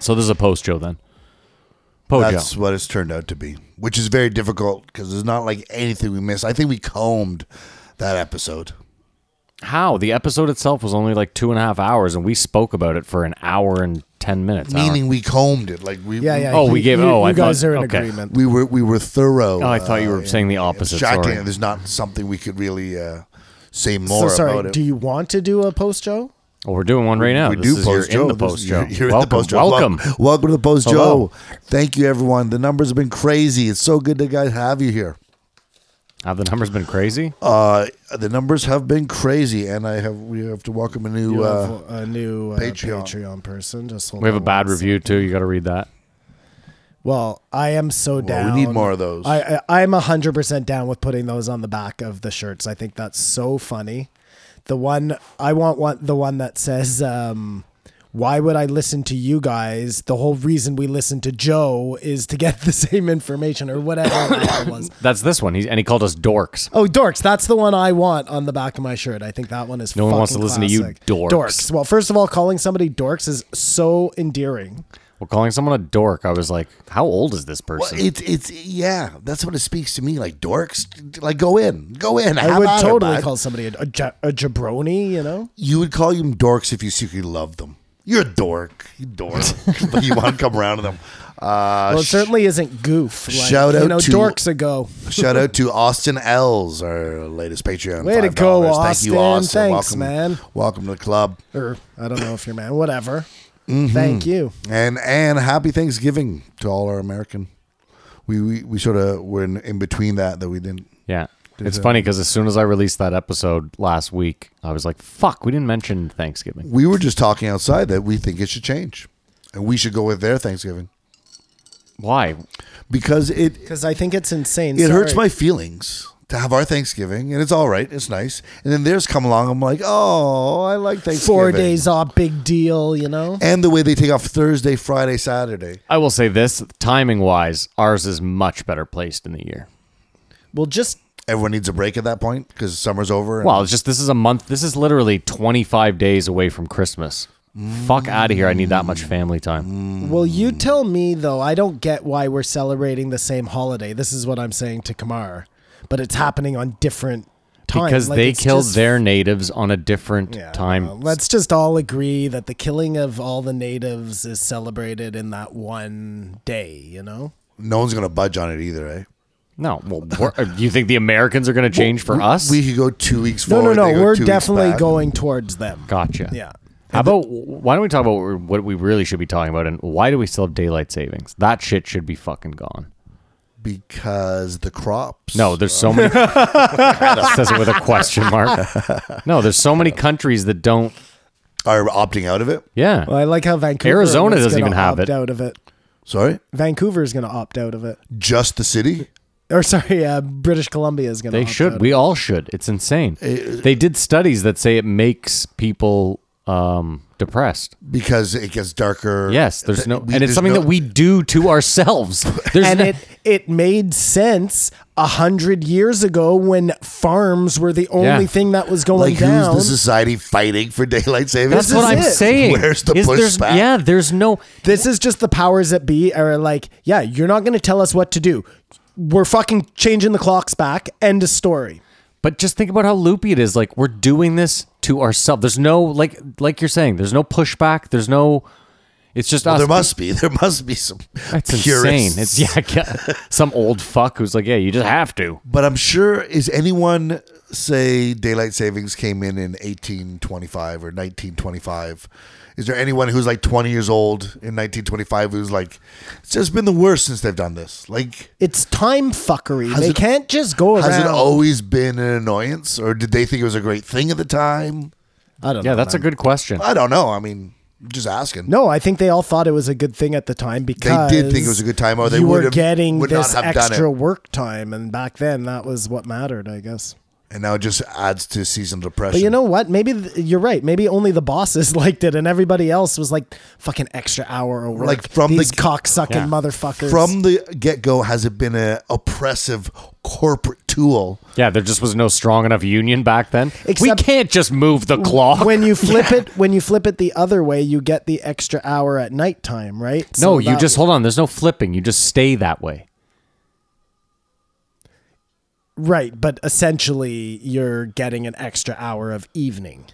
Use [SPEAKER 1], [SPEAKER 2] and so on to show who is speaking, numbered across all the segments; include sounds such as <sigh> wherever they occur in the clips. [SPEAKER 1] So this is a post Joe then. Pojo.
[SPEAKER 2] That's what it's turned out to be, which is very difficult because there's not like anything we missed. I think we combed that episode.
[SPEAKER 1] How the episode itself was only like two and a half hours, and we spoke about it for an hour and ten minutes. hour-
[SPEAKER 2] Meaning we combed it. Like we
[SPEAKER 3] Yeah, yeah.
[SPEAKER 1] Oh, we gave-
[SPEAKER 3] You,
[SPEAKER 1] oh,
[SPEAKER 3] you
[SPEAKER 1] I thought-
[SPEAKER 3] guys are in
[SPEAKER 1] okay.
[SPEAKER 3] agreement.
[SPEAKER 2] we were we were thorough.
[SPEAKER 1] oh, I thought you
[SPEAKER 2] uh,
[SPEAKER 1] were saying the opposite.
[SPEAKER 2] Shocking.
[SPEAKER 1] Sorry.
[SPEAKER 2] There's not something we could really uh, say
[SPEAKER 3] So
[SPEAKER 2] more about
[SPEAKER 3] sorry.
[SPEAKER 2] it.
[SPEAKER 3] Do you want to do a post Joe?
[SPEAKER 1] Well, Oh, we're doing one right now.
[SPEAKER 2] we
[SPEAKER 1] This
[SPEAKER 2] do
[SPEAKER 1] is-
[SPEAKER 2] post
[SPEAKER 1] you're
[SPEAKER 2] Joe.
[SPEAKER 1] in the
[SPEAKER 2] This-
[SPEAKER 1] post Joe.
[SPEAKER 2] You're, you're in the
[SPEAKER 1] welcome.
[SPEAKER 2] post Joe.
[SPEAKER 1] Welcome.
[SPEAKER 2] welcome, welcome to the post
[SPEAKER 1] Hello.
[SPEAKER 2] Joe. Thank you, everyone. The numbers have been crazy. It's so good to guys have you here.
[SPEAKER 1] Have the numbers been crazy?
[SPEAKER 2] Uh, the numbers have been crazy, and I have we have to welcome a new.
[SPEAKER 3] You
[SPEAKER 2] Uh,
[SPEAKER 3] have a new uh,
[SPEAKER 2] Patreon.
[SPEAKER 3] Patreon. person. Just hold
[SPEAKER 1] we have a
[SPEAKER 3] on
[SPEAKER 1] bad
[SPEAKER 3] one
[SPEAKER 1] review too. You got to read that.
[SPEAKER 3] Well, I am so down.
[SPEAKER 2] we need more of those.
[SPEAKER 3] I, I I'm hundred percent down with putting those on the back of the shirts. I think that's so funny. The one I want one the one that says, um, "Why would I listen to you guys? The whole reason we listen to Joe is to get <laughs> the same information or whatever that was."
[SPEAKER 1] That's this one. He, and he called us dorks.
[SPEAKER 3] Oh, dorks! That's the one I want on the back of my shirt. I think that one is.
[SPEAKER 1] No one wants to
[SPEAKER 3] fucking
[SPEAKER 1] listen to you
[SPEAKER 3] classic.
[SPEAKER 1] dorks.
[SPEAKER 3] Dorks. Well, first of all, calling somebody dorks is so endearing.
[SPEAKER 1] Well, calling someone a dork, I was like, how old is this
[SPEAKER 2] well,
[SPEAKER 1] person?
[SPEAKER 2] it's it's yeah. That's what it speaks to me. Like dorks, like go in, go in.
[SPEAKER 3] I
[SPEAKER 2] have
[SPEAKER 3] would
[SPEAKER 2] at it,
[SPEAKER 3] totally
[SPEAKER 2] bud.
[SPEAKER 3] call somebody a, a, ja- a jabroni. You know.
[SPEAKER 2] You would call them dorks if you secretly loved them. You're a dork, you
[SPEAKER 3] <laughs>
[SPEAKER 2] dork. but you want to come around to them. Uh,
[SPEAKER 3] Well, it
[SPEAKER 2] sh-
[SPEAKER 3] certainly isn't goof. Like,
[SPEAKER 2] shout
[SPEAKER 3] you
[SPEAKER 2] out
[SPEAKER 3] know,
[SPEAKER 2] to-
[SPEAKER 3] dorks ago.
[SPEAKER 2] shout out to Austin L's, our latest Patreon.
[SPEAKER 3] Way to go,
[SPEAKER 2] $5. Thank
[SPEAKER 3] Austin.
[SPEAKER 2] you, Austin.
[SPEAKER 3] Thanks,
[SPEAKER 2] welcome,
[SPEAKER 3] man.
[SPEAKER 2] Welcome to the club.
[SPEAKER 3] Or I don't know if you're man. Whatever.
[SPEAKER 2] Mm-hmm.
[SPEAKER 3] Thank you.
[SPEAKER 2] And and happy Thanksgiving to all our American. We we, we sort of were in, in between that that we didn't.
[SPEAKER 1] yeah. It's funny because as soon as I released that episode last week, I was like, fuck, we didn't mention Thanksgiving.
[SPEAKER 2] We were just talking outside that we think it should change, and we should go with their Thanksgiving
[SPEAKER 1] Why?
[SPEAKER 2] because it
[SPEAKER 3] Because I think it's insane.
[SPEAKER 2] it hurts
[SPEAKER 3] Sorry.
[SPEAKER 2] my feelings to have our Thanksgiving, and it's all right, it's nice. And then theirs come along, I'm like, oh, I like Thanksgiving.
[SPEAKER 3] four days off. Big deal. You know.
[SPEAKER 2] and the way they take off Thursday, Friday, Saturday.
[SPEAKER 1] I will say this timing wise, ours is much better placed in the year.
[SPEAKER 3] Well, just
[SPEAKER 2] Everyone needs a break at that point because summer's over. and-
[SPEAKER 1] Well, it's just this is a month. This is literally 25 days away from Christmas. Fuck out of here. I need that much family time.
[SPEAKER 3] Well, you tell me though. I don't get why we're celebrating the same holiday. This is what I'm saying to Kamar, but it's happening on different times.
[SPEAKER 1] Because
[SPEAKER 3] Like,
[SPEAKER 1] they
[SPEAKER 3] it's
[SPEAKER 1] killed
[SPEAKER 3] just-
[SPEAKER 1] their natives on a different
[SPEAKER 3] Yeah,
[SPEAKER 1] time.
[SPEAKER 3] well, let's just all agree that the killing of all the natives is celebrated in that one day. You know.
[SPEAKER 2] no one's gonna budge on it either, eh?
[SPEAKER 1] No, well, we're- you think the Americans are going to change for us?
[SPEAKER 2] We could go two weeks
[SPEAKER 3] No, no,
[SPEAKER 2] forward.
[SPEAKER 3] no.
[SPEAKER 2] they go
[SPEAKER 3] We're
[SPEAKER 2] two weeks
[SPEAKER 3] definitely
[SPEAKER 2] back.
[SPEAKER 3] going towards them.
[SPEAKER 1] gotcha.
[SPEAKER 3] Yeah.
[SPEAKER 1] How about why don't we talk about what we're- what we really should be talking about and why do we still have daylight savings? That shit should be fucking gone.
[SPEAKER 2] because the crops.
[SPEAKER 1] No, there's so many. <laughs> says it with a question
[SPEAKER 2] <laughs>
[SPEAKER 1] mark. No, there's so many countries that don't.
[SPEAKER 2] are opting out of it.
[SPEAKER 1] Yeah,
[SPEAKER 3] Well, I like how Vancouver.
[SPEAKER 1] Arizona
[SPEAKER 3] was
[SPEAKER 1] doesn't
[SPEAKER 3] gonna
[SPEAKER 1] even have
[SPEAKER 3] opt
[SPEAKER 1] it.
[SPEAKER 3] Out of it.
[SPEAKER 2] Sorry,
[SPEAKER 3] Vancouver is going to opt out of it.
[SPEAKER 2] just the city.
[SPEAKER 3] Or sorry, uh, British Columbia is going to.
[SPEAKER 1] they should. We all should. It's insane. They did studies that say it makes people um, depressed.
[SPEAKER 2] because it gets darker.
[SPEAKER 1] Yes, there's
[SPEAKER 2] Th-
[SPEAKER 1] no, and
[SPEAKER 2] we-
[SPEAKER 1] it's
[SPEAKER 2] there's
[SPEAKER 1] something
[SPEAKER 2] no-
[SPEAKER 1] that we do to ourselves.
[SPEAKER 3] <laughs>
[SPEAKER 1] There's
[SPEAKER 3] and
[SPEAKER 1] no-
[SPEAKER 3] it
[SPEAKER 1] <laughs>
[SPEAKER 3] it made sense a hundred years ago when farms were the only
[SPEAKER 1] Yeah.
[SPEAKER 3] thing that was going
[SPEAKER 2] like.
[SPEAKER 3] down.
[SPEAKER 2] Who's the society fighting for daylight savings?
[SPEAKER 1] that's
[SPEAKER 3] this
[SPEAKER 1] what I'm
[SPEAKER 3] is it.
[SPEAKER 1] saying.
[SPEAKER 2] Where's the
[SPEAKER 1] is there's-
[SPEAKER 2] pushback?
[SPEAKER 1] Yeah, there's no.
[SPEAKER 3] this is just the powers that be are like, yeah, you're not going to tell us what to do. We're fucking changing the clocks back. End of story.
[SPEAKER 1] But just think about how loopy it is. Like we're doing this to ourselves. There's no like like you're saying. There's no pushback. There's no. It's just
[SPEAKER 2] Well,
[SPEAKER 1] us.
[SPEAKER 2] there must be. There must be some.
[SPEAKER 1] That's insane.
[SPEAKER 2] purists.
[SPEAKER 1] It's <laughs> yeah, I can't- some old fuck who's like, yeah, you just have to.
[SPEAKER 2] But I'm sure is anyone say daylight savings came in in 1825 or 1925? Is there anyone who's like 20 years old in 1925 who's like, it's just been the worst since they've done this? Like,
[SPEAKER 3] It's time fuckery.
[SPEAKER 2] Has
[SPEAKER 3] they
[SPEAKER 2] it-
[SPEAKER 3] can't just go around.
[SPEAKER 2] has it always been an annoyance, or did they think it was a great thing at the time?
[SPEAKER 3] I don't know.
[SPEAKER 1] Yeah, that's a good question.
[SPEAKER 2] I don't know. I mean, just asking.
[SPEAKER 3] No, I think they all thought it was a good thing at the time because
[SPEAKER 2] did think it was a good time, or they
[SPEAKER 3] you were
[SPEAKER 2] would've-
[SPEAKER 3] getting
[SPEAKER 2] would not
[SPEAKER 3] this
[SPEAKER 2] have done it.
[SPEAKER 3] extra work time, and back then that was what mattered, I guess.
[SPEAKER 2] and now it just adds to seasonal depression.
[SPEAKER 3] But you know what? Maybe th- you're right. Maybe only the bosses <laughs> liked it, and everybody else was like, "Fucking extra hour of work."
[SPEAKER 2] Like, from the-
[SPEAKER 3] these cocksucking
[SPEAKER 1] Yeah.
[SPEAKER 3] motherfuckers.
[SPEAKER 2] from the get go, has it been a oppressive corporate tool.
[SPEAKER 1] Yeah, there just was no strong enough union back then. we
[SPEAKER 3] Except-
[SPEAKER 1] can't just move the clock. <laughs>
[SPEAKER 3] When you flip it, when you flip it the other way, you get the extra hour at nighttime, right?
[SPEAKER 1] no,
[SPEAKER 3] So
[SPEAKER 1] you
[SPEAKER 3] that-
[SPEAKER 1] just hold on. There's no flipping. You just stay that way.
[SPEAKER 3] right, but essentially you're getting an extra hour of evening.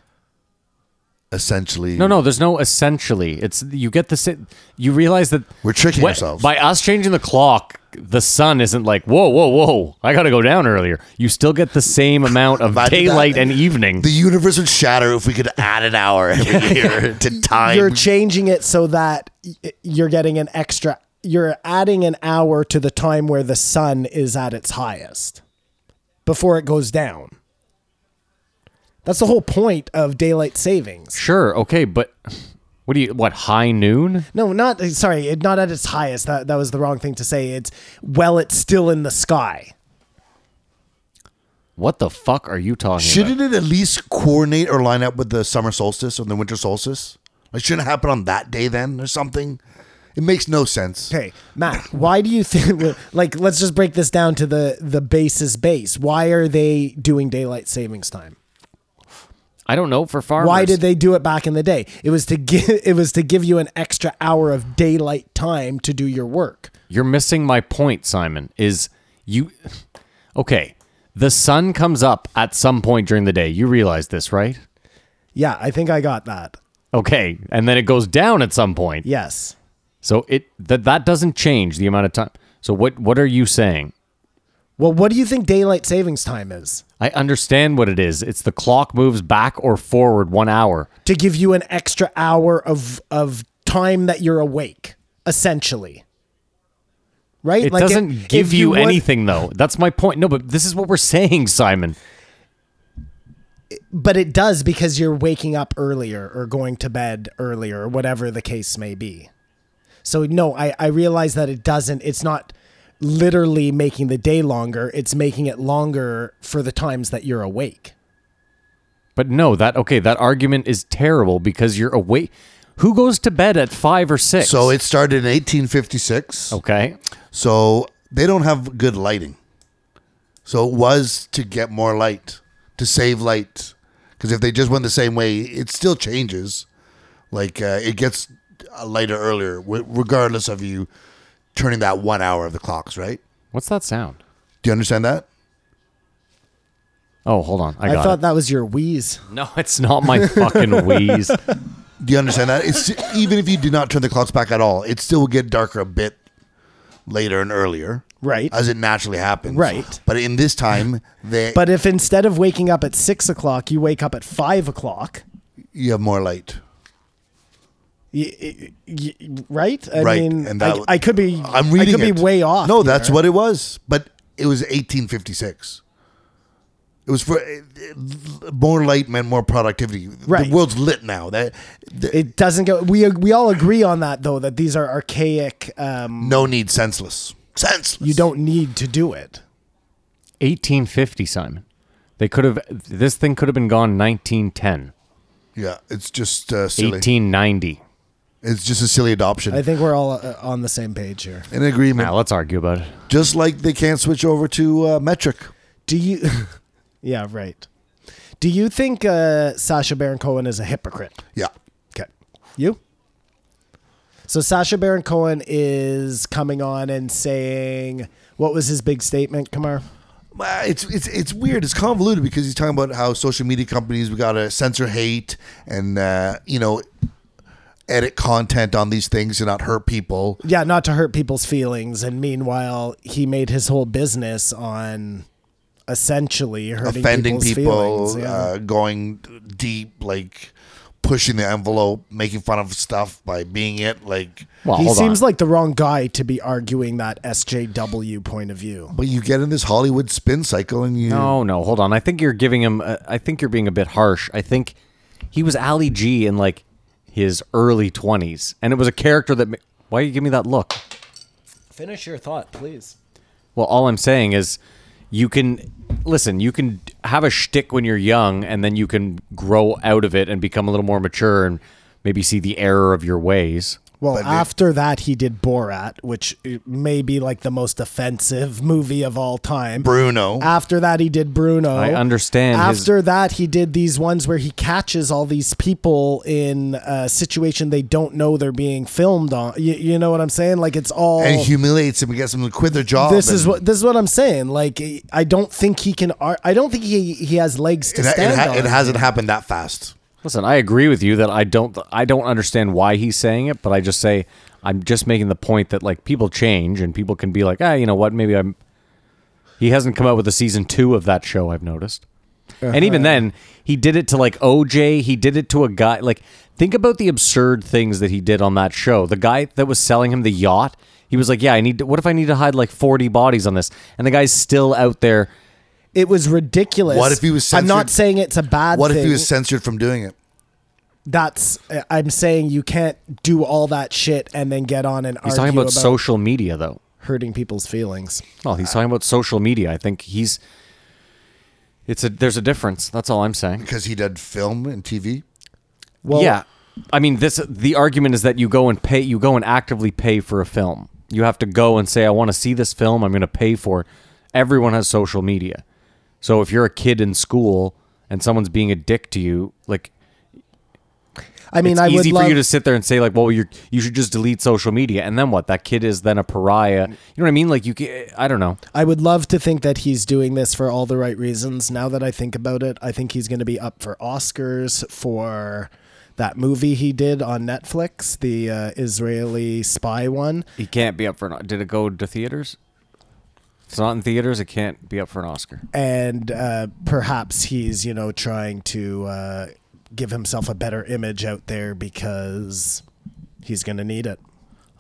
[SPEAKER 2] Essentially,
[SPEAKER 1] No, no, there's no essentially. It's you get the si- you realize that
[SPEAKER 2] We're tricking
[SPEAKER 1] what-
[SPEAKER 2] ourselves.
[SPEAKER 1] by us changing the clock. The sun isn't like whoa, whoa, whoa. I got to go down earlier. You still get the same amount of
[SPEAKER 2] <laughs> Imagine that.
[SPEAKER 1] daylight and evening.
[SPEAKER 2] the universe would shatter if we could add an hour <laughs> every year to time.
[SPEAKER 3] You're changing it so that y- you're getting an extra. You're adding an hour to the time where the sun is at its highest before it goes down. That's the whole point of daylight savings.
[SPEAKER 1] sure, okay, but what do you what high noon?
[SPEAKER 3] No, not sorry, it- not at its highest. That that was the wrong thing to say. It's well, it's still in the sky.
[SPEAKER 1] What the fuck are you talking about?
[SPEAKER 2] shouldn't it at least coordinate or line up with the summer solstice or the winter solstice? Like, shouldn't it happen on that day then or something? It makes no sense.
[SPEAKER 3] Okay, Matt, why do you think? <laughs> Like, let's just break this down to the the basis base. Why are they doing daylight savings time?
[SPEAKER 1] I don't know for farmers.
[SPEAKER 3] Why did they do it back in the day? It was to give <laughs> it was to give you an extra hour of daylight time to do your work.
[SPEAKER 1] You're missing my point, Simon. Is you <sighs> okay? The sun comes up at some point during the day. You realize this, right?
[SPEAKER 3] Yeah, I think I got that.
[SPEAKER 1] Okay, and then it goes down at some point.
[SPEAKER 3] Yes.
[SPEAKER 1] So it that that doesn't change the amount of time. So what what are you saying?
[SPEAKER 3] Well, what do you think daylight savings time is?
[SPEAKER 1] I understand what it is. It's the clock moves back or forward one hour.
[SPEAKER 3] To give you an extra hour of of time that you're awake, essentially. Right?
[SPEAKER 1] It
[SPEAKER 3] Like,
[SPEAKER 1] doesn't
[SPEAKER 3] if-
[SPEAKER 1] give
[SPEAKER 3] if
[SPEAKER 1] you,
[SPEAKER 3] want-
[SPEAKER 1] anything though. That's my point. No, but this is what we're saying, Simon.
[SPEAKER 3] but it does because you're waking up earlier or going to bed earlier or whatever the case may be. So no, I, I realize that it doesn't it's not literally making the day longer, it's making it longer for the times that you're awake.
[SPEAKER 1] But no, that okay, that argument is terrible because you're awake. Who goes to bed at 5 or 6?
[SPEAKER 2] So it started in 1856.
[SPEAKER 1] Okay.
[SPEAKER 2] So they don't have good lighting. So it was to get more light, to save light. Because if they just went the same way, it still changes. Like uh, it gets uh, lighter earlier, w- regardless of you turning that one hour of the clocks, right?
[SPEAKER 1] What's that sound?
[SPEAKER 2] Do you understand that?
[SPEAKER 1] Oh, hold on. I
[SPEAKER 3] I,
[SPEAKER 1] got
[SPEAKER 3] thought
[SPEAKER 1] it.
[SPEAKER 3] that was your wheeze.
[SPEAKER 1] No, it's not my
[SPEAKER 3] <laughs>
[SPEAKER 1] fucking wheeze.
[SPEAKER 2] Do you understand that? It's <laughs> even if you do not turn the clocks back at all, it still will get darker a bit later and earlier,
[SPEAKER 3] Right.
[SPEAKER 2] As it naturally happens,
[SPEAKER 3] Right.
[SPEAKER 2] But in this time, they
[SPEAKER 3] But if instead of waking up at six o'clock, you wake up at five o'clock,
[SPEAKER 2] you have more light.
[SPEAKER 3] y- y- y- right? I
[SPEAKER 2] right?
[SPEAKER 3] mean,
[SPEAKER 2] and that,
[SPEAKER 3] I, I could be
[SPEAKER 2] I'm reading.
[SPEAKER 3] I could
[SPEAKER 2] it.
[SPEAKER 3] be way off.
[SPEAKER 2] No, that's
[SPEAKER 3] here.
[SPEAKER 2] what it was. But it was 1856. It was for it- it- more light meant more productivity.
[SPEAKER 3] Right.
[SPEAKER 2] The world's lit now. That, that-
[SPEAKER 3] it doesn't go. We we all agree on that though that these are archaic. Um,
[SPEAKER 2] no need senseless. Senseless.
[SPEAKER 3] you don't need to do it.
[SPEAKER 1] 1850, Simon. They could have this thing could have been gone 1910,
[SPEAKER 2] Yeah, it's just uh, silly.
[SPEAKER 1] 1890.
[SPEAKER 2] It's just a silly adoption.
[SPEAKER 3] I think we're all uh, on the same page here.
[SPEAKER 2] An agreement.
[SPEAKER 1] Now, let's argue about it.
[SPEAKER 2] Just like they can't switch over to uh, metric.
[SPEAKER 3] Do you? <laughs> yeah, right. Do you think uh, Sasha Baron Cohen is a hypocrite?
[SPEAKER 2] Yeah.
[SPEAKER 3] Okay, you. So Sasha Baron Cohen is coming on and saying, "What was his big statement, Kamar?"
[SPEAKER 2] Uh, It's it's it's weird. It's convoluted because he's talking about how social media companies we gotta censor hate and uh, you know edit content on these things to not hurt people.
[SPEAKER 3] Yeah, not to hurt people's feelings, and meanwhile, he made his whole business on essentially hurting
[SPEAKER 2] offending
[SPEAKER 3] people's
[SPEAKER 2] people,
[SPEAKER 3] feelings. Yeah.
[SPEAKER 2] uh, going deep, like pushing the envelope, making fun of stuff by being it. Like,
[SPEAKER 1] Well,
[SPEAKER 3] he
[SPEAKER 1] hold on.
[SPEAKER 3] seems like the wrong guy to be arguing that SJW point of view.
[SPEAKER 2] but you get in this Hollywood spin cycle, and you
[SPEAKER 1] No, Oh, no, hold on. I think you're giving him. A, I think you're being a bit harsh. I think he was Ali G in like his early twenties, and it was a character that. ma- Why you give me that look?
[SPEAKER 3] Finish your thought, please.
[SPEAKER 1] Well, all I'm saying is, you can listen. You can have a shtick when you're young, and then you can grow out of it and become a little more mature, and maybe see the error of your ways.
[SPEAKER 3] Well,
[SPEAKER 2] But it-
[SPEAKER 3] after that, he did Borat, which uh, may be like the most offensive <laughs> movie of all time.
[SPEAKER 2] Bruno.
[SPEAKER 3] After that, he did Bruno.
[SPEAKER 1] I understand his-
[SPEAKER 3] After that, he did these ones where he catches all these people in a situation they don't know they're being filmed on. You, you know what I'm saying? Like it's all.
[SPEAKER 2] and humiliates him and gets him to quit their job.
[SPEAKER 3] this is
[SPEAKER 2] and-
[SPEAKER 3] what this is what I'm saying. Like I don't think he can. ar- I don't think he he has legs to
[SPEAKER 2] it,
[SPEAKER 3] stand
[SPEAKER 2] it, ha-
[SPEAKER 3] on.
[SPEAKER 2] it hasn't happened that fast.
[SPEAKER 1] Listen, I agree with you that I don't I don't understand why he's saying it, but I just say I'm just making the point that like people change and people can be like, ah, you know what? Maybe I'm. He hasn't come out with a season two of that show. I've noticed, and even then, he did it to like OJ. He did it to a guy. Like, think about the absurd things that he did on that show. The guy that was selling him the yacht. He was like, yeah, I need. To, what if I need to hide like 40 bodies on this? And the guy's still out there.
[SPEAKER 3] It was ridiculous.
[SPEAKER 2] What if he was
[SPEAKER 3] I'm
[SPEAKER 2] censored-
[SPEAKER 3] not saying it's a bad.
[SPEAKER 2] What if
[SPEAKER 3] thing.
[SPEAKER 2] he was censored from doing it?
[SPEAKER 3] that's I'm saying you can't do all that shit and then get on and
[SPEAKER 1] He's
[SPEAKER 3] argue
[SPEAKER 1] talking about social media, though.
[SPEAKER 3] hurting people's feelings.
[SPEAKER 1] Well, he's talking about social media. I think he's. It's a there's a difference. That's all I'm saying.
[SPEAKER 2] Because he did film and TV.
[SPEAKER 3] Well,
[SPEAKER 1] yeah, I mean this. The argument is that you go and pay. You go and actively pay for a film. You have to go and say, "I want to see this film. I'm going to pay for." it." Everyone has social media, so if you're a kid in school and someone's being a dick to you, like
[SPEAKER 3] I mean,
[SPEAKER 1] it's
[SPEAKER 3] I would
[SPEAKER 1] easy
[SPEAKER 3] love.
[SPEAKER 1] for you to sit there and say like, "Well, you you should just delete social media," and then what? That kid is then a pariah. You know what I mean? Like you, ca- I don't know.
[SPEAKER 3] I would love to think that he's doing this for all the right reasons. Now that I think about it, I think he's going to be up for Oscars for that movie he did on Netflix, the uh, Israeli spy one.
[SPEAKER 1] He can't be up for an. Did it go to theaters? It's not in theaters. It can't be up for an Oscar.
[SPEAKER 3] and uh, perhaps he's you know trying to uh, give himself a better image out there because he's going to need it.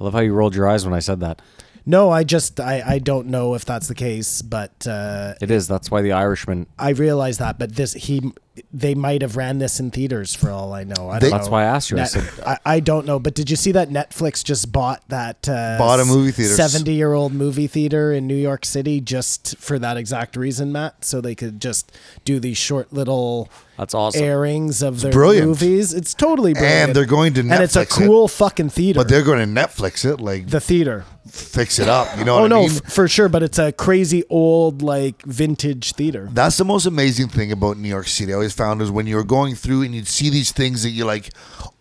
[SPEAKER 1] I love how you rolled your eyes when I said that.
[SPEAKER 3] No, I just I, I don't know if that's the case, but uh,
[SPEAKER 1] It is. That's why The Irishman.
[SPEAKER 3] I realize that. But this he they might have ran this in theaters for all I know. I don't
[SPEAKER 2] They-
[SPEAKER 3] know.
[SPEAKER 1] That's why I asked you. I
[SPEAKER 3] Net-
[SPEAKER 1] said
[SPEAKER 3] I, I don't know, but did you see that Netflix just bought that uh,
[SPEAKER 2] Bought a movie theater.
[SPEAKER 3] seventy year old movie theater in New York City just for that exact reason, Matt, so they could just do these short little
[SPEAKER 1] that's awesome.
[SPEAKER 3] airings of their
[SPEAKER 2] brilliant.
[SPEAKER 3] movies. It's totally brilliant,
[SPEAKER 2] And they're going to Netflix.
[SPEAKER 3] and it's a cool fucking theater.
[SPEAKER 2] But they're going to Netflix it, like
[SPEAKER 3] the theater.
[SPEAKER 2] fix it up. You know what
[SPEAKER 3] Oh
[SPEAKER 2] I
[SPEAKER 3] no,
[SPEAKER 2] mean?
[SPEAKER 3] f- for sure. But it's a crazy old like vintage theater.
[SPEAKER 2] That's the most amazing thing about New York City. I always found is when you were going through and you'd see these things that you like,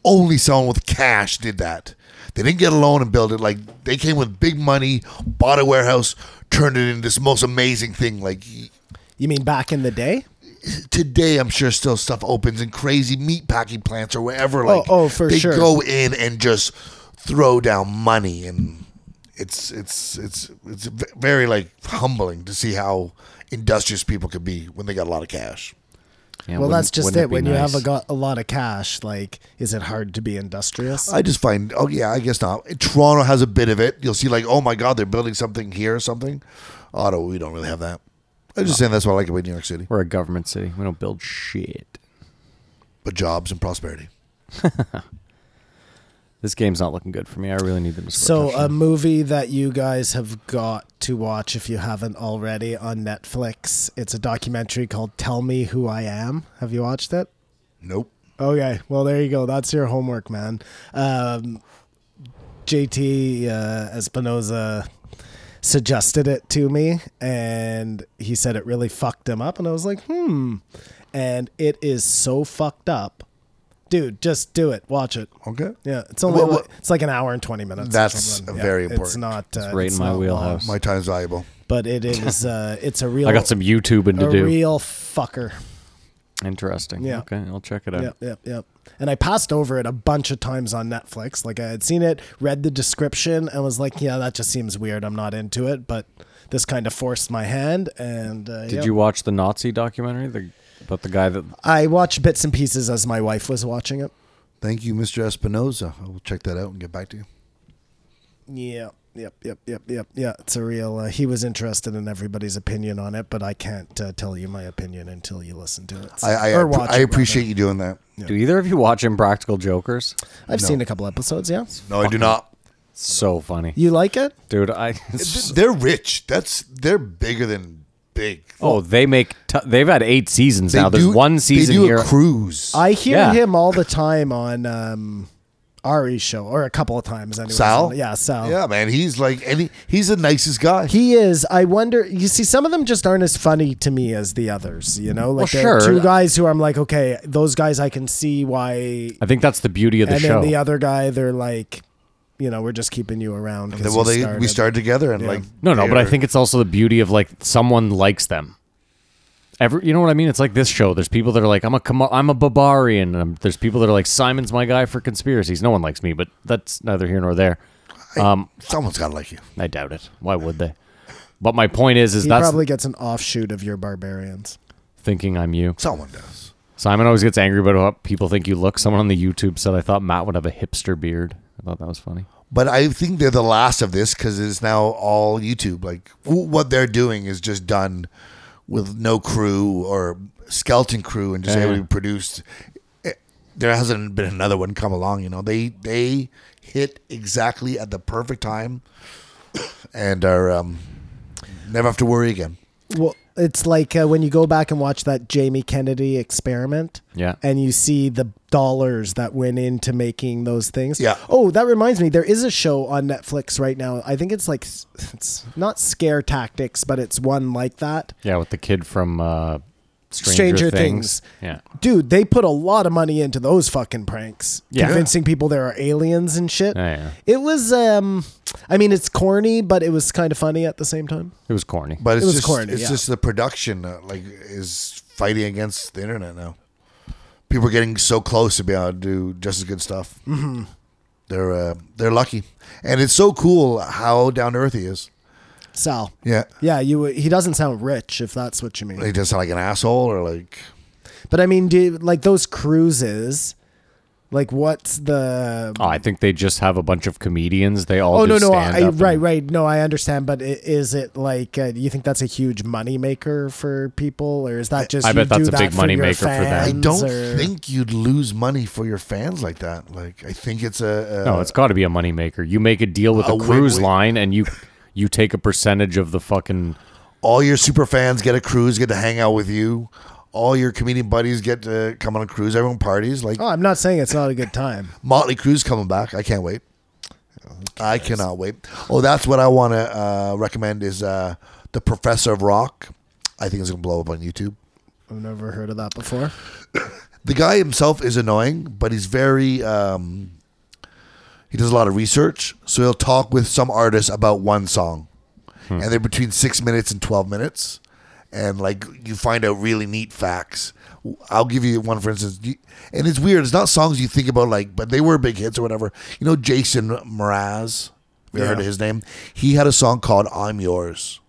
[SPEAKER 2] only someone with cash did that. They didn't get a loan and build it. Like they came with big money, bought a warehouse, turned it into this most amazing thing. Like <clears throat>
[SPEAKER 3] You mean back in the day?
[SPEAKER 2] today, I'm sure still stuff opens in crazy meat packing plants or wherever. Like
[SPEAKER 3] oh, for
[SPEAKER 2] they
[SPEAKER 3] sure.
[SPEAKER 2] go in and just throw down money, and it's it's it's it's ve- very like humbling to see how industrious people could be when they got a lot of cash.
[SPEAKER 1] Yeah,
[SPEAKER 3] Well,
[SPEAKER 1] wouldn't-
[SPEAKER 3] that's just
[SPEAKER 1] wouldn't
[SPEAKER 3] it.
[SPEAKER 1] be
[SPEAKER 3] When you have a,
[SPEAKER 1] nice?
[SPEAKER 3] got a lot of cash, like, is it hard to be industrious?
[SPEAKER 2] I just find, oh yeah, I guess not. Toronto has a bit of it. You'll see, like, oh my God, they're building something here or something. Ottawa, we don't really have that. I'm just saying that's what I like about New York City,
[SPEAKER 1] we're a government city. We don't build shit.
[SPEAKER 2] but jobs and prosperity.
[SPEAKER 1] This game's not looking good for me. I really need them to score.
[SPEAKER 3] so,
[SPEAKER 1] a
[SPEAKER 3] um, a
[SPEAKER 1] touchdown.
[SPEAKER 3] movie that you guys have got to watch if you haven't already on Netflix. It's a documentary called "Tell Me Who I Am." Have you watched it?
[SPEAKER 2] Nope.
[SPEAKER 3] Okay, well there you go. That's your homework, man. Um, JT uh, Espinoza suggested it to me, and he said it really fucked him up, and I was like, hmm. And it is so fucked up, dude. Just do it. Watch it.
[SPEAKER 2] Okay.
[SPEAKER 3] Yeah, it's only
[SPEAKER 2] Well,
[SPEAKER 3] like- it's like an hour and twenty minutes. or
[SPEAKER 2] That's
[SPEAKER 3] something.
[SPEAKER 2] very
[SPEAKER 3] It's
[SPEAKER 2] important.
[SPEAKER 3] not uh,
[SPEAKER 1] right
[SPEAKER 3] it's
[SPEAKER 1] in my
[SPEAKER 3] not long,
[SPEAKER 1] wheelhouse.
[SPEAKER 2] My time's valuable.
[SPEAKER 3] but it is. Uh, it's a
[SPEAKER 1] <laughs>
[SPEAKER 3] real.
[SPEAKER 1] I got some YouTubing
[SPEAKER 3] a
[SPEAKER 1] to do.
[SPEAKER 3] real fucker.
[SPEAKER 1] Interesting.
[SPEAKER 3] Yeah.
[SPEAKER 1] Okay, I'll check it out.
[SPEAKER 3] Yep, yep, yep. And I passed over it a bunch of times on Netflix. Like I had seen it, read the description, and was like, "Yeah, that just seems weird. I'm not into it." But this kind of forced my hand. And uh,
[SPEAKER 1] Did
[SPEAKER 3] yep.
[SPEAKER 1] you watch the Nazi documentary? The about the guy that
[SPEAKER 3] I watched bits and pieces as my wife was watching it.
[SPEAKER 2] Thank you, Mr. Espinoza. I will check that out and get back to you.
[SPEAKER 3] Yeah, yep, yep, yep, yep, yeah. It's a real. Uh, he was interested in everybody's opinion on it, but I can't uh, tell you my opinion until you listen to it.
[SPEAKER 2] I I,
[SPEAKER 3] Or
[SPEAKER 2] appre-
[SPEAKER 3] watch
[SPEAKER 2] I
[SPEAKER 3] it,
[SPEAKER 2] appreciate you doing that.
[SPEAKER 1] do either of you watch Impractical Jokers?
[SPEAKER 3] rather. I've seen a couple episodes. Yeah,
[SPEAKER 2] No, I do not.
[SPEAKER 1] So funny,
[SPEAKER 3] you like it?
[SPEAKER 1] dude. I
[SPEAKER 2] They're rich. That's they're bigger than big.
[SPEAKER 1] <laughs> oh they make t- they've had eight seasons
[SPEAKER 2] They
[SPEAKER 1] now. There's
[SPEAKER 2] do-
[SPEAKER 1] one season
[SPEAKER 2] They do
[SPEAKER 1] here.
[SPEAKER 2] a cruise.
[SPEAKER 3] I hear
[SPEAKER 1] Yeah.
[SPEAKER 3] him all the time on um, Ari's show or a couple of times. Anyways.
[SPEAKER 2] Sal?
[SPEAKER 3] yeah, Sal.
[SPEAKER 2] Yeah, man. He's like any. He's the nicest guy.
[SPEAKER 3] He is. I wonder. You see, some of them just aren't as funny to me as the others. You know, like
[SPEAKER 1] Well,
[SPEAKER 3] there are
[SPEAKER 1] sure.
[SPEAKER 3] two guys who I'm like, okay, those guys I can see why,
[SPEAKER 1] I think that's the beauty of the
[SPEAKER 3] and
[SPEAKER 1] show.
[SPEAKER 3] then the other guy, they're like, you know, we're just keeping you around. 'cause
[SPEAKER 2] well,
[SPEAKER 3] you
[SPEAKER 2] they we started together and
[SPEAKER 3] Yeah.
[SPEAKER 2] like
[SPEAKER 1] no, no,
[SPEAKER 2] they
[SPEAKER 1] but I
[SPEAKER 2] are-
[SPEAKER 1] think it's also the beauty of like someone likes them. Every, you know what I mean? It's like this show. There's people that are like, I'm a, Kama- I'm a Barbarian. And there's people that are like, Simon's my guy for conspiracies. No one likes me, but that's neither here nor there.
[SPEAKER 2] someone's got to like you.
[SPEAKER 1] I doubt it. Why would they? But my point is, is
[SPEAKER 3] He
[SPEAKER 1] that's
[SPEAKER 3] probably gets an offshoot of your barbarians.
[SPEAKER 1] thinking I'm you.
[SPEAKER 2] Someone does.
[SPEAKER 1] Simon always gets angry about how people think you look. Someone on the YouTube said, I thought Matt would have a hipster beard. I thought that was funny.
[SPEAKER 2] But I think they're the last of this because it's now all YouTube. Like w- what they're doing is just done with no crew or skeleton crew and just
[SPEAKER 1] Yeah.
[SPEAKER 2] everybody produced. Eh, There hasn't been another one come along. You know, they they hit exactly at the perfect time <coughs> and are um, never have to worry again.
[SPEAKER 3] Well, it's like uh, when you go back and watch that Jamie Kennedy experiment.
[SPEAKER 1] Yeah.
[SPEAKER 3] And you see the dollars that went into making those things.
[SPEAKER 2] Yeah.
[SPEAKER 3] Oh, that reminds me. There is a show on Netflix right now. I think it's like, s- it's not scare tactics, but it's one like that.
[SPEAKER 1] Yeah, with the kid from uh, Stranger,
[SPEAKER 3] Stranger
[SPEAKER 1] Things.
[SPEAKER 3] Things.
[SPEAKER 1] Yeah.
[SPEAKER 3] Dude, they put a lot of money into those fucking pranks.
[SPEAKER 1] Yeah.
[SPEAKER 3] Convincing people there are aliens and shit.
[SPEAKER 1] Yeah, yeah.
[SPEAKER 3] It was, um, I mean, it's corny, but it was kind of funny at the same time.
[SPEAKER 1] It was corny.
[SPEAKER 2] But it's
[SPEAKER 3] was
[SPEAKER 2] just
[SPEAKER 3] corny,
[SPEAKER 2] it's
[SPEAKER 3] yeah.
[SPEAKER 2] just the production uh, like is fighting against the internet now. People are getting so close to be able to do just as good stuff. Mm-hmm. They're uh, they're lucky, and it's so cool how down to earth he is.
[SPEAKER 3] Sal.
[SPEAKER 2] Yeah,
[SPEAKER 3] Yeah, you. He doesn't sound rich, if that's what you mean.
[SPEAKER 2] he doesn't sound like an asshole or like
[SPEAKER 3] But I mean, do like those cruises? Like, what's the?
[SPEAKER 1] oh, I think they just have a bunch of comedians. They all
[SPEAKER 3] oh no,
[SPEAKER 1] just
[SPEAKER 3] no,
[SPEAKER 1] stand
[SPEAKER 3] I,
[SPEAKER 1] up and-
[SPEAKER 3] right, right. No, I understand. But i- is it like? Uh, do you think that's a huge money maker for people, or is that just?
[SPEAKER 1] I
[SPEAKER 3] you
[SPEAKER 1] bet that's
[SPEAKER 3] do
[SPEAKER 1] a
[SPEAKER 3] that
[SPEAKER 1] big
[SPEAKER 3] for
[SPEAKER 1] money
[SPEAKER 3] your
[SPEAKER 1] maker for them.
[SPEAKER 2] I
[SPEAKER 3] fans,
[SPEAKER 2] don't
[SPEAKER 3] or-
[SPEAKER 2] think you'd lose money for your fans like that. Like I think it's a, a
[SPEAKER 1] No, it's got to be a moneymaker. You make a deal with
[SPEAKER 2] A
[SPEAKER 3] Oh,
[SPEAKER 1] a, cruise
[SPEAKER 2] win-win.
[SPEAKER 1] line and you you take a percentage of the fucking
[SPEAKER 2] all your super fans get a cruise, get to hang out with you. All your comedian buddies get to come on a cruise. Everyone parties like
[SPEAKER 3] Oh, I'm not saying it's not a good time.
[SPEAKER 2] Motley Crue's coming back. I can't wait. I cannot wait. Oh, that's what I want to uh, recommend is uh, the Professor of Rock. I think it's gonna blow up on YouTube.
[SPEAKER 3] I've never heard of that before.
[SPEAKER 2] The guy himself is annoying, but he's very. Um, he does a lot of research, so he'll talk with some artists about one song,
[SPEAKER 3] Hmm.
[SPEAKER 2] and they're between six minutes and twelve minutes, and like you find out really neat facts. I'll give you one for instance, You- and it's weird. It's not songs you think about, like, but they were big hits or whatever. You know, Jason Mraz. Have you heard of his name? He had a song called "I'm Yours,"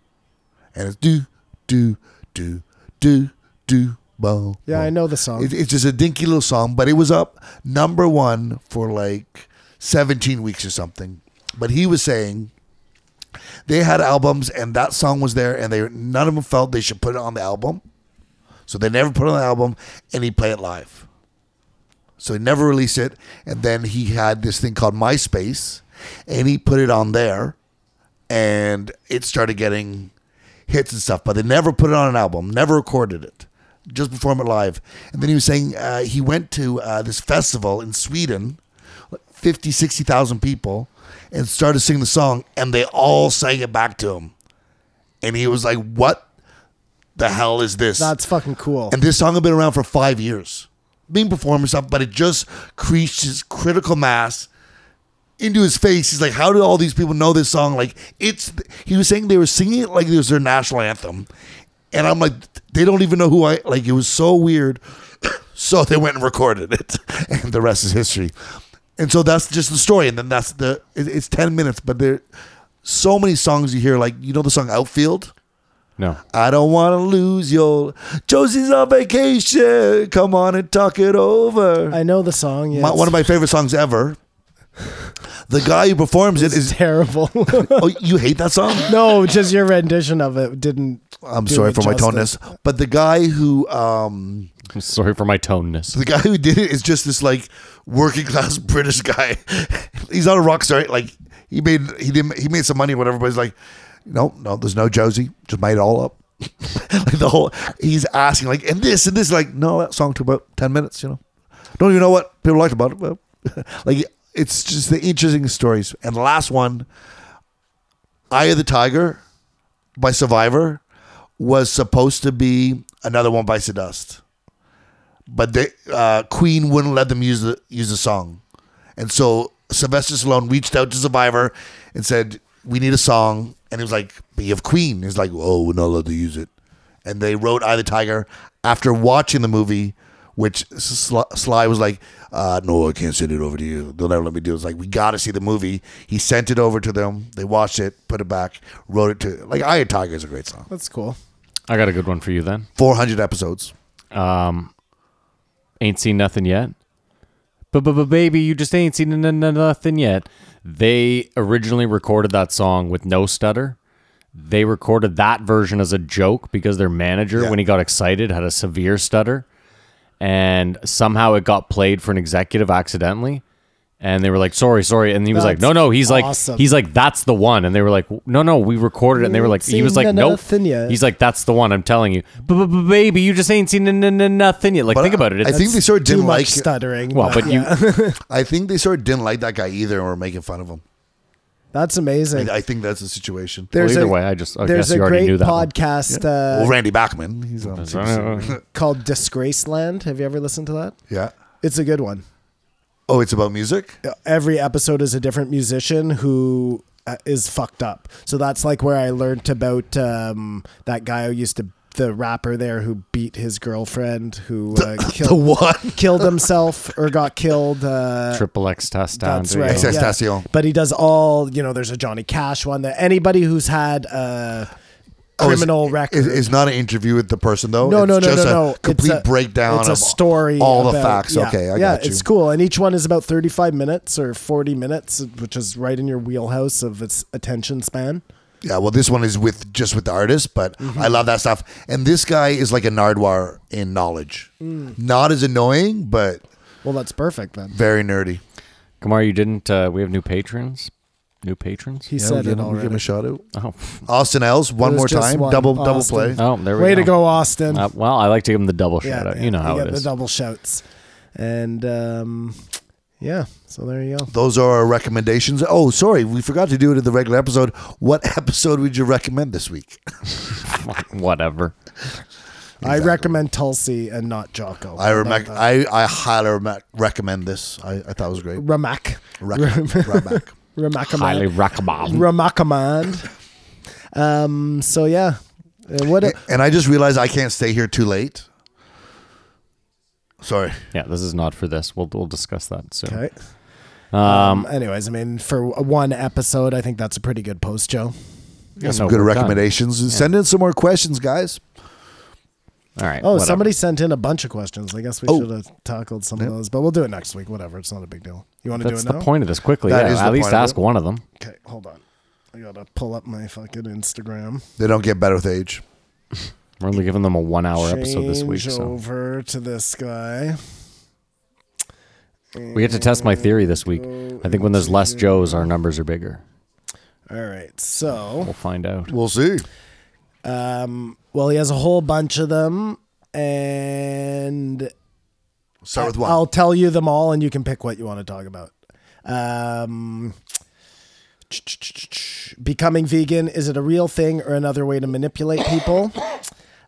[SPEAKER 2] and it's do do do do do. Bo,
[SPEAKER 3] Yeah,
[SPEAKER 2] bo.
[SPEAKER 3] I know the song.
[SPEAKER 2] It, it's just a dinky little song, but it was up number one for like 17 weeks or something. But he was saying they had albums and that song was there, and they none of them felt they should put it on the album, so they never put it on the album, and he play it live. So he never released it, and then he had this thing called MySpace, and he put it on there, and it started getting hits and stuff, but they never put it on an album, never recorded it, just perform it live. And then he was saying uh, he went to uh, this festival in Sweden, 50, 60,000 people, and started singing the song, and they all sang it back to him. And he was like, What the hell is this?
[SPEAKER 3] That's fucking cool.
[SPEAKER 2] And this song had been around for five years, being performed and stuff, but it just creased his critical mass into his face. He's like, "How do all these people know this song?" Like, it's he was saying they were singing it like it was their national anthem, and I'm like, they don't even know who I like. It was so weird. <coughs> so they went and recorded it, <laughs> and the rest is history. And so that's just the story, and then that's the it, it's ten minutes, but there so many songs you hear like you know the song Outfield.
[SPEAKER 1] no.
[SPEAKER 2] I don't want to lose your. Josie's on vacation. Come on and talk it over.
[SPEAKER 3] I know the song. Yeah,
[SPEAKER 2] My- one of my favorite songs ever. The guy who performs it <laughs>
[SPEAKER 3] is
[SPEAKER 2] is.
[SPEAKER 3] terrible. <laughs>
[SPEAKER 2] Oh, you hate that song?
[SPEAKER 3] no, just your rendition of it didn't.
[SPEAKER 2] I'm
[SPEAKER 3] do
[SPEAKER 2] sorry
[SPEAKER 3] it
[SPEAKER 2] for my
[SPEAKER 3] justice.
[SPEAKER 2] toneness, but the guy who um,
[SPEAKER 1] I'm sorry for my toneness.
[SPEAKER 2] the guy who did it is just this like working class <laughs> British guy. he's not a rock star. Like he made he did he made some money or whatever, but he's like, no, no, there's no Josie. Just made it all up. <laughs> like the whole he's asking like and this and this <laughs> like no that song took about ten minutes. You know, don't even know what people liked about it. But like it's just the interesting stories. And the last one, Eye of the Tiger by Survivor was supposed to be another one by Sedust. But they, uh, Queen wouldn't let them use the use the song. And so Sylvester Stallone reached out to Survivor and said, We need a song. And it was like, But you have Queen. It's like, Oh, we're not allowed to use it. And they wrote Eye of the Tiger after watching the movie, which Sly, Sly was like, uh, No, I can't send it over to you. They'll never let me do it. It's like, We got to see the movie. He sent it over to them. They watched it, put it back, wrote it to. Like, Eye of the Tiger is a great song.
[SPEAKER 3] That's cool.
[SPEAKER 1] I got a good one for you then.
[SPEAKER 2] 400 episodes.
[SPEAKER 1] um, Ain't seen nothing yet. But but but baby, you just ain't seen n- n- nothing yet. They originally recorded that song with no stutter. They recorded that version as a joke because their manager,
[SPEAKER 2] Yeah.
[SPEAKER 1] when he got excited, had a severe stutter, and somehow it got played for an executive accidentally. And they were like, "Sorry, sorry," and he was like, "No,
[SPEAKER 3] That's
[SPEAKER 1] no." He's
[SPEAKER 3] awesome.
[SPEAKER 1] like, "He's like, that's the one." And they were like, "No, no, we recorded it." And they were like,
[SPEAKER 3] Ain't
[SPEAKER 1] "He was
[SPEAKER 3] seen
[SPEAKER 1] like, nope."
[SPEAKER 3] nothing yet.
[SPEAKER 1] He's like, "That's the one." I'm telling you, but but- but baby, you just ain't seen n- n- nothing yet. Like,
[SPEAKER 2] But
[SPEAKER 1] think
[SPEAKER 2] I-
[SPEAKER 1] about it.
[SPEAKER 2] I
[SPEAKER 1] It's,
[SPEAKER 2] think they sort of
[SPEAKER 3] Too
[SPEAKER 2] didn't
[SPEAKER 3] much
[SPEAKER 2] like.
[SPEAKER 3] stuttering.
[SPEAKER 1] well, but you
[SPEAKER 2] I think they sort of didn't like that guy either, and were making fun of him.
[SPEAKER 3] that's amazing.
[SPEAKER 2] I, I think that's the situation.
[SPEAKER 3] There's
[SPEAKER 1] either
[SPEAKER 3] a-
[SPEAKER 1] way, I just- I
[SPEAKER 3] there's
[SPEAKER 1] guess
[SPEAKER 3] a
[SPEAKER 1] you already
[SPEAKER 3] great
[SPEAKER 1] knew that one.
[SPEAKER 3] podcast
[SPEAKER 2] well,
[SPEAKER 3] uh,
[SPEAKER 2] Randy Bachman, he's on. CBC.
[SPEAKER 3] called Disgrace Land. Have you ever listened to that?
[SPEAKER 2] yeah.
[SPEAKER 3] It's a good one. Uh,
[SPEAKER 2] Oh, it's about music.
[SPEAKER 3] every episode is a different musician who uh, is fucked up. So that's like where I learned about um, that guy who used to the rapper there who beat his girlfriend who uh,
[SPEAKER 1] <laughs>
[SPEAKER 2] The
[SPEAKER 3] killed
[SPEAKER 2] one.
[SPEAKER 3] killed himself or got killed. Uh,
[SPEAKER 1] <laughs> triple X test
[SPEAKER 3] that's
[SPEAKER 1] down,
[SPEAKER 3] right.
[SPEAKER 1] there you
[SPEAKER 3] yeah.
[SPEAKER 2] Extasión.
[SPEAKER 3] But he does all. You know, there's a Johnny Cash one. That anybody who's had uh, a
[SPEAKER 2] <laughs> Oh, it's-
[SPEAKER 3] criminal record.
[SPEAKER 2] It's, it's not an interview with the person though.
[SPEAKER 3] No,
[SPEAKER 2] it's
[SPEAKER 3] no, no,
[SPEAKER 2] just
[SPEAKER 3] no,
[SPEAKER 2] a
[SPEAKER 3] no. It's
[SPEAKER 2] Complete
[SPEAKER 3] a-
[SPEAKER 2] breakdown.
[SPEAKER 3] It's a
[SPEAKER 2] of
[SPEAKER 3] story.
[SPEAKER 2] All the
[SPEAKER 3] about-
[SPEAKER 2] facts.
[SPEAKER 3] yeah,
[SPEAKER 2] okay, I
[SPEAKER 3] yeah,
[SPEAKER 2] got you.
[SPEAKER 3] it's cool, and each one is about thirty-five minutes or forty minutes, which is right in your wheelhouse of its attention span.
[SPEAKER 2] Yeah. Well, this one is with just with the artist, but
[SPEAKER 3] Mm-hmm.
[SPEAKER 2] I love that stuff. And this guy is like a Nardwar in knowledge.
[SPEAKER 3] Mm.
[SPEAKER 2] Not as annoying, but
[SPEAKER 3] Well, that's perfect then.
[SPEAKER 2] very nerdy.
[SPEAKER 1] go. Kamar, you didn't. Uh, we have new patrons. New patrons.
[SPEAKER 3] He said
[SPEAKER 2] we
[SPEAKER 3] it
[SPEAKER 2] give, him- we give him
[SPEAKER 3] already.
[SPEAKER 2] a shout out.
[SPEAKER 1] Oh,
[SPEAKER 2] Austin Ells, one
[SPEAKER 3] There's
[SPEAKER 2] more
[SPEAKER 3] just
[SPEAKER 2] time.
[SPEAKER 3] one,
[SPEAKER 2] double double
[SPEAKER 3] Austin.
[SPEAKER 2] play.
[SPEAKER 1] oh, there we
[SPEAKER 3] Way
[SPEAKER 1] go.
[SPEAKER 3] to go, Austin!
[SPEAKER 1] Uh, well, I like to give him the double
[SPEAKER 3] Yeah,
[SPEAKER 1] shout out.
[SPEAKER 3] yeah,
[SPEAKER 1] You know how
[SPEAKER 3] you
[SPEAKER 1] it
[SPEAKER 3] get
[SPEAKER 1] is.
[SPEAKER 3] The double shouts, and um, yeah. So there you go.
[SPEAKER 2] Those are our recommendations. Oh, sorry, we forgot to do it in the regular episode. What <laughs> episode would you recommend this week?
[SPEAKER 1] Whatever.
[SPEAKER 3] I recommend Tulsi and not Jocko.
[SPEAKER 2] I
[SPEAKER 3] How about
[SPEAKER 2] remac-
[SPEAKER 3] that?
[SPEAKER 2] I, I highly remac- recommend this. I, I thought it was great.
[SPEAKER 3] Ramak.
[SPEAKER 2] Rec-
[SPEAKER 1] <laughs>
[SPEAKER 2] Remac.
[SPEAKER 1] Highly
[SPEAKER 3] Ramakaman.
[SPEAKER 1] recommend.
[SPEAKER 3] Ramakaman. Um. So yeah. Uh, What
[SPEAKER 2] A- and I just realized I can't stay here too late. Sorry.
[SPEAKER 1] Yeah, this is not for this. We'll we'll discuss that soon.
[SPEAKER 3] Okay.
[SPEAKER 1] Um,
[SPEAKER 3] Um, anyways, I mean, for one episode, I think that's a pretty good post, Joe.
[SPEAKER 1] yeah,
[SPEAKER 2] Some
[SPEAKER 1] no,
[SPEAKER 2] good
[SPEAKER 1] we're done.
[SPEAKER 2] recommendations. Send in some more questions, guys.
[SPEAKER 1] All right.
[SPEAKER 3] Oh,
[SPEAKER 1] whatever.
[SPEAKER 3] somebody sent in a bunch of questions. I guess we
[SPEAKER 2] Oh.
[SPEAKER 3] should have tackled some of those, but we'll do it next week. Whatever. It's not a big deal. You want to do
[SPEAKER 1] That's
[SPEAKER 3] it
[SPEAKER 1] the
[SPEAKER 3] now?
[SPEAKER 1] point of this. Quickly,
[SPEAKER 2] That
[SPEAKER 1] yeah.
[SPEAKER 2] is the
[SPEAKER 1] At least
[SPEAKER 2] point of
[SPEAKER 1] ask
[SPEAKER 2] it.
[SPEAKER 1] one of them.
[SPEAKER 3] Okay, hold on. I gotta pull up my fucking Instagram.
[SPEAKER 2] They don't get better with age.
[SPEAKER 1] We're only giving them a one-hour
[SPEAKER 3] Change
[SPEAKER 1] episode this week, so
[SPEAKER 3] over to this guy.
[SPEAKER 1] we get to test my theory this week. I think when there's less Joes, our numbers are bigger.
[SPEAKER 3] All right, so
[SPEAKER 1] We'll find out.
[SPEAKER 2] We'll see.
[SPEAKER 3] um, well, he has a whole bunch of them, and
[SPEAKER 1] Uh,
[SPEAKER 2] Start with one.
[SPEAKER 3] I'll tell you them all, and you can pick what you want to talk about. Um, becoming vegan is it a real thing or another way to manipulate people? <coughs>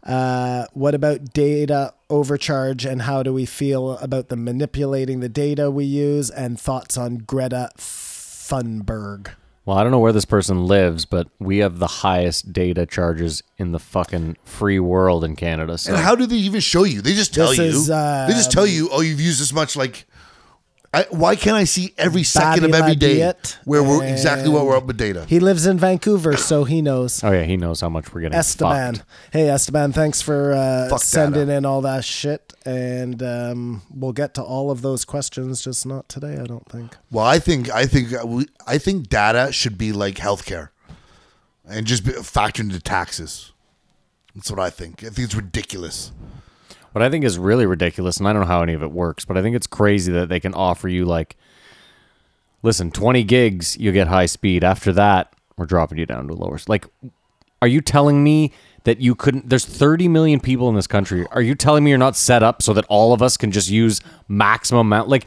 [SPEAKER 3] Uh, what about data overcharge and how do we feel about the manipulating the data we use? And thoughts on Greta Thunberg?
[SPEAKER 1] Well, I don't know where this person lives, but we have the highest data charges in the fucking free world in Canada. So
[SPEAKER 2] and how do they even show you? They just tell
[SPEAKER 3] This
[SPEAKER 2] you.
[SPEAKER 3] is, uh,
[SPEAKER 2] they just tell you, oh, you've used this much. Like, I, why can't I see every second of
[SPEAKER 3] Babylon
[SPEAKER 2] every day
[SPEAKER 3] Diet
[SPEAKER 2] where we're exactly what
[SPEAKER 3] and-
[SPEAKER 2] we're up with data?
[SPEAKER 3] He lives in Vancouver, so he knows.
[SPEAKER 1] Oh yeah, he knows how much we're getting.
[SPEAKER 3] Esteban.
[SPEAKER 1] fucked.
[SPEAKER 3] Hey, Esteban, thanks for uh,
[SPEAKER 2] Fuck
[SPEAKER 3] sending
[SPEAKER 2] data.
[SPEAKER 3] in all that shit. And um, we'll get to all of those questions, just not today, I don't think.
[SPEAKER 2] Well, I think I think uh, we, I think data should be like healthcare, and just be factored into taxes. That's what I think. I think it's ridiculous.
[SPEAKER 1] What I think is really ridiculous, and I don't know how any of it works, but I think it's crazy that they can offer you like, listen, twenty gigs, you get high speed. After that, we're dropping you down to lower. s- Like, are you telling me that you couldn't? There's 30 million people in this country. Are you telling me you're not set up so that all of us can just use maximum amount? Like,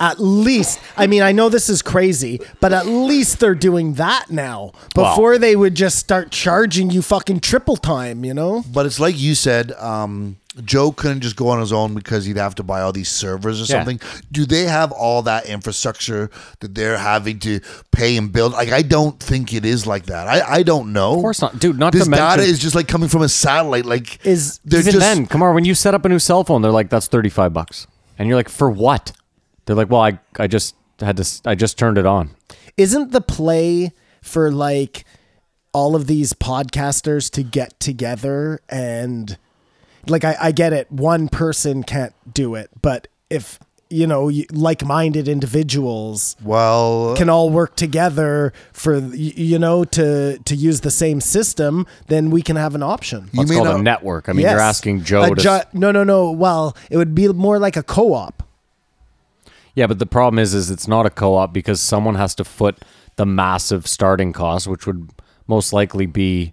[SPEAKER 3] At least, I mean, I know this is crazy, but at least they're doing that now. Before they would just start charging you fucking triple time, you know?
[SPEAKER 2] But it's like you said, um, Joe couldn't just go on his own because he'd have to buy all these servers or
[SPEAKER 1] Yeah.
[SPEAKER 2] something. Do they have all that infrastructure that they're having to pay and build? Like, I don't think it is like that. I, I don't know. Of
[SPEAKER 1] course not. Dude, not to
[SPEAKER 2] this data
[SPEAKER 1] mention-
[SPEAKER 2] is just like coming from a satellite. Like,
[SPEAKER 3] Is-
[SPEAKER 2] they're
[SPEAKER 1] Even
[SPEAKER 2] just
[SPEAKER 1] then, come on, when you set up a new cell phone, they're like, "That's thirty-five bucks," and you're like, "For what?" They're like, "Well, I, I just had to, s- I just turned it on."
[SPEAKER 3] Isn't the play for like all of these podcasters to get together and like I, I get it, one person can't do it, but if you know, you- like-minded individuals
[SPEAKER 2] well,
[SPEAKER 3] can all work together for y- you know to to use the same system, then we can have an option.
[SPEAKER 2] you
[SPEAKER 1] It's
[SPEAKER 2] may
[SPEAKER 1] called
[SPEAKER 2] not.
[SPEAKER 1] a network. I mean,
[SPEAKER 3] Yes.
[SPEAKER 1] you're asking Joe
[SPEAKER 3] A
[SPEAKER 1] to,
[SPEAKER 3] jo- no, no, no. Well, it would be more like a co-op.
[SPEAKER 1] yeah, but the problem is, is it's not a co-op because someone has to foot the massive starting cost, which would most likely be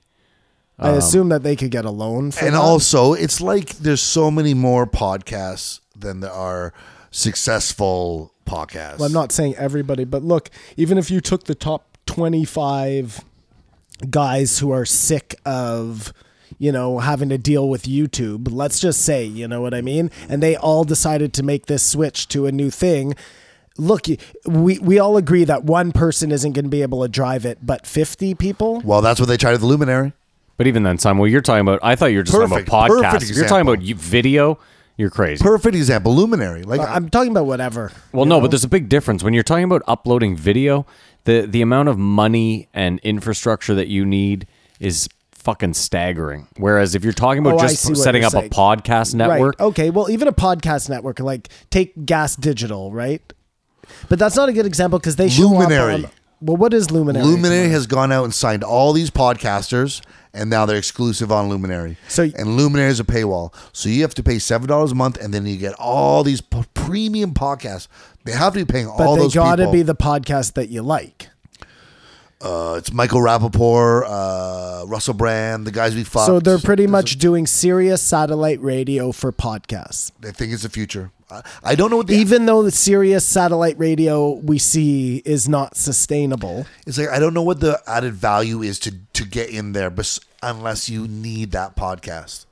[SPEAKER 1] Um,
[SPEAKER 3] I assume that they could get a loan. For
[SPEAKER 2] and
[SPEAKER 3] that.
[SPEAKER 2] also, it's like there's so many more podcasts than there are successful podcasts.
[SPEAKER 3] Well, I'm not saying everybody, but look, even if you took the top 25 guys who are sick of, you know, having to deal with YouTube, let's just say, you know what I mean? And they all decided to make this switch to a new thing. Look, y- we, we all agree that one person isn't going to be able to drive it, but 50 people?
[SPEAKER 2] Well, that's what they tried with the Luminary.
[SPEAKER 1] But even then, Simon, well, you're talking about. I thought you were just
[SPEAKER 2] Perfect,
[SPEAKER 1] talking about
[SPEAKER 2] perfect
[SPEAKER 1] podcasts. If you're talking
[SPEAKER 2] example.
[SPEAKER 1] about you- video. You're crazy.
[SPEAKER 2] Perfect example, Luminary.
[SPEAKER 1] Uh,
[SPEAKER 2] Like,
[SPEAKER 3] I'm talking about whatever.
[SPEAKER 1] well, no, but there's a big difference when you're talking about uploading video. The the amount of money and infrastructure that you need is fucking staggering. Whereas if you're talking about
[SPEAKER 3] Oh, I
[SPEAKER 1] just
[SPEAKER 3] see what
[SPEAKER 1] setting
[SPEAKER 3] you're
[SPEAKER 1] up
[SPEAKER 3] saying.
[SPEAKER 1] a podcast network,
[SPEAKER 3] Right. Oh, Okay. Well, even a podcast network, like take Gas Digital, right? But that's not a good example because they show
[SPEAKER 2] Luminary.
[SPEAKER 3] Up on, well, what is Luminary?
[SPEAKER 2] Luminary has gone out and signed all these podcasters, and now they're exclusive on Luminary.
[SPEAKER 3] So-
[SPEAKER 2] and Luminary is a paywall, so you have to pay seven dollars a month, and then you get all these p- premium podcasts. They have to be paying
[SPEAKER 3] but
[SPEAKER 2] all
[SPEAKER 3] they
[SPEAKER 2] those
[SPEAKER 3] gotta
[SPEAKER 2] people.
[SPEAKER 3] be the podcast that you like.
[SPEAKER 2] uh, it's Michael Rappaport, uh, Russell Brand, the guys we fucked.
[SPEAKER 3] So they're pretty much doing serious satellite radio for podcasts.
[SPEAKER 2] They think it's the future. I, I don't know what the
[SPEAKER 3] Even though the serious satellite radio we see is not sustainable,
[SPEAKER 2] It's like I don't know what the added value is to to get in there, but unless you need that podcast,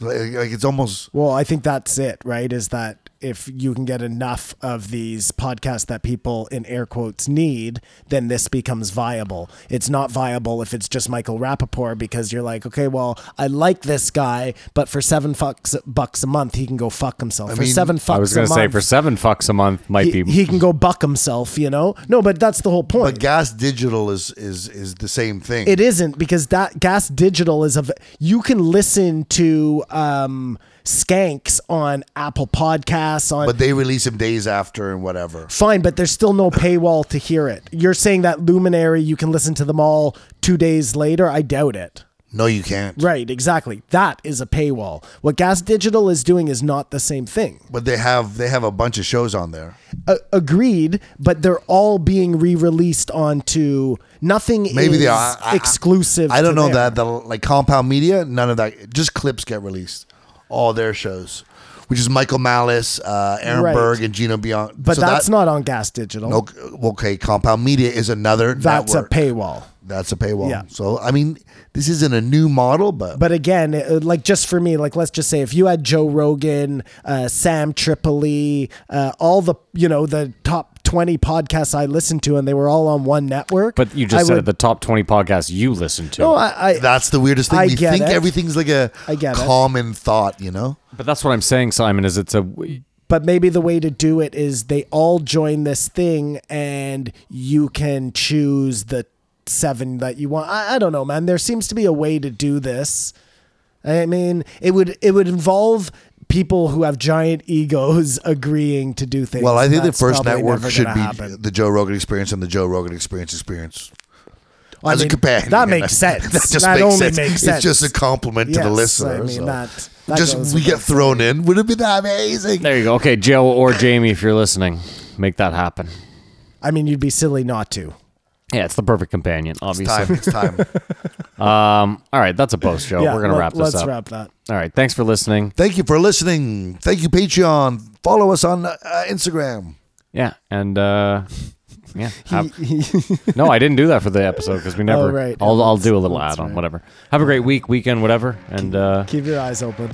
[SPEAKER 2] like, like it's almost
[SPEAKER 3] well, I think that's it, right? Is that if you can get enough of these podcasts that people in air quotes need, then this becomes viable. It's not viable if it's just Michael Rappaport because you're like, okay, well, I like this guy, but for seven fucks, bucks a month, he can go fuck himself. for
[SPEAKER 2] mean,
[SPEAKER 3] seven fucks
[SPEAKER 1] I was
[SPEAKER 3] a
[SPEAKER 1] gonna say
[SPEAKER 3] month-
[SPEAKER 1] for seven fucks a month might
[SPEAKER 3] he,
[SPEAKER 1] be.
[SPEAKER 3] he can go buck himself, you know? No, but that's the whole point.
[SPEAKER 2] But Gas Digital is is is the same thing.
[SPEAKER 3] it isn't because that gas digital is of you can listen to um skanks on Apple Podcasts on
[SPEAKER 2] but they release him days after and whatever.
[SPEAKER 3] fine, but there's still no paywall to hear it. You're saying that Luminary you can listen to them all 2 days later? I doubt it.
[SPEAKER 2] No, you can't.
[SPEAKER 3] Right, exactly. That is a paywall. What Gas Digital is doing is not the same thing.
[SPEAKER 2] But they have they have a bunch of shows on there.
[SPEAKER 3] A- agreed, but they're all being re-released onto nothing
[SPEAKER 2] Maybe
[SPEAKER 3] is
[SPEAKER 2] they are I- I-
[SPEAKER 3] exclusive.
[SPEAKER 2] I don't
[SPEAKER 3] to
[SPEAKER 2] know
[SPEAKER 3] there.
[SPEAKER 2] that the like Compound Media. None of that. Just clips get released. All their shows, which is Michael Malice, uh, Aaron
[SPEAKER 3] Right.
[SPEAKER 2] Berg, and Gino Beyond.
[SPEAKER 3] But that's not on Gas Digital.
[SPEAKER 2] okay. Compound Media is another.
[SPEAKER 3] That's
[SPEAKER 2] network.
[SPEAKER 3] a paywall.
[SPEAKER 2] That's a paywall.
[SPEAKER 3] Yeah.
[SPEAKER 2] So I mean, this isn't a new model, but,
[SPEAKER 3] But again, it- it- like just for me, like let's just say if you had Joe Rogan, uh, Sam Tripoli, uh, all the you know the top twenty podcasts I listened to, and they were all on one network.
[SPEAKER 1] But you just
[SPEAKER 3] I
[SPEAKER 1] said
[SPEAKER 3] would-
[SPEAKER 1] at the top twenty podcasts you listen to.
[SPEAKER 3] no, I, I
[SPEAKER 2] that's the weirdest thing.
[SPEAKER 3] I
[SPEAKER 2] we
[SPEAKER 3] get
[SPEAKER 2] think
[SPEAKER 3] it.
[SPEAKER 2] everything's like a
[SPEAKER 3] I get it.
[SPEAKER 2] common thought, you know.
[SPEAKER 1] but that's what I'm saying, Simon. Is it's a
[SPEAKER 3] but maybe the way to do it is they all join this thing and you can choose the seven that you want I, I don't know man there seems to be a way to do this i mean it would it would involve people who have giant egos <laughs> agreeing to do things
[SPEAKER 2] Well, I
[SPEAKER 3] and
[SPEAKER 2] think the
[SPEAKER 3] that's
[SPEAKER 2] first
[SPEAKER 3] probably
[SPEAKER 2] network
[SPEAKER 3] never
[SPEAKER 2] should
[SPEAKER 3] gonna
[SPEAKER 2] be
[SPEAKER 3] happen.
[SPEAKER 2] the Joe Rogan Experience and the Joe Rogan Experience Experience.
[SPEAKER 3] I
[SPEAKER 2] As a
[SPEAKER 3] mean,
[SPEAKER 2] companion,
[SPEAKER 3] that makes
[SPEAKER 2] <laughs> That
[SPEAKER 3] sense
[SPEAKER 2] just
[SPEAKER 3] that
[SPEAKER 2] makes
[SPEAKER 3] only
[SPEAKER 2] sense.
[SPEAKER 3] makes sense
[SPEAKER 2] It's just a compliment to the
[SPEAKER 3] Yes,
[SPEAKER 2] listener.
[SPEAKER 3] i mean
[SPEAKER 2] so.
[SPEAKER 3] that, that goes
[SPEAKER 2] just we
[SPEAKER 3] with
[SPEAKER 2] get
[SPEAKER 3] it.
[SPEAKER 2] thrown in. Wouldn't it be that amazing?
[SPEAKER 1] there you go. Okay, Joe or Jamie, if you're listening, make that happen.
[SPEAKER 3] i mean you'd be silly not to
[SPEAKER 1] Yeah, it's the perfect companion, obviously.
[SPEAKER 2] Time. It's time.
[SPEAKER 1] Um, <laughs> all right, that's a post,
[SPEAKER 2] Oh,
[SPEAKER 1] Joe.
[SPEAKER 3] yeah
[SPEAKER 1] We're gonna
[SPEAKER 3] let-
[SPEAKER 1] wrap this
[SPEAKER 3] let's
[SPEAKER 1] up.
[SPEAKER 3] wrap that
[SPEAKER 1] All right, thanks for listening.
[SPEAKER 2] Thank you for listening. Thank you, Patreon. Follow us on uh, Instagram.
[SPEAKER 1] Yeah, and uh,
[SPEAKER 3] <laughs>
[SPEAKER 1] yeah. have-
[SPEAKER 3] He- <laughs>
[SPEAKER 1] no, I didn't do that for the episode because we never.
[SPEAKER 3] Oh, right.
[SPEAKER 1] I'll
[SPEAKER 3] Yeah,
[SPEAKER 1] I'll
[SPEAKER 3] that's-
[SPEAKER 1] do a little
[SPEAKER 3] that's
[SPEAKER 1] add on
[SPEAKER 3] right.
[SPEAKER 1] whatever. Have a great week, weekend, whatever, and uh,
[SPEAKER 3] Keep your eyes open.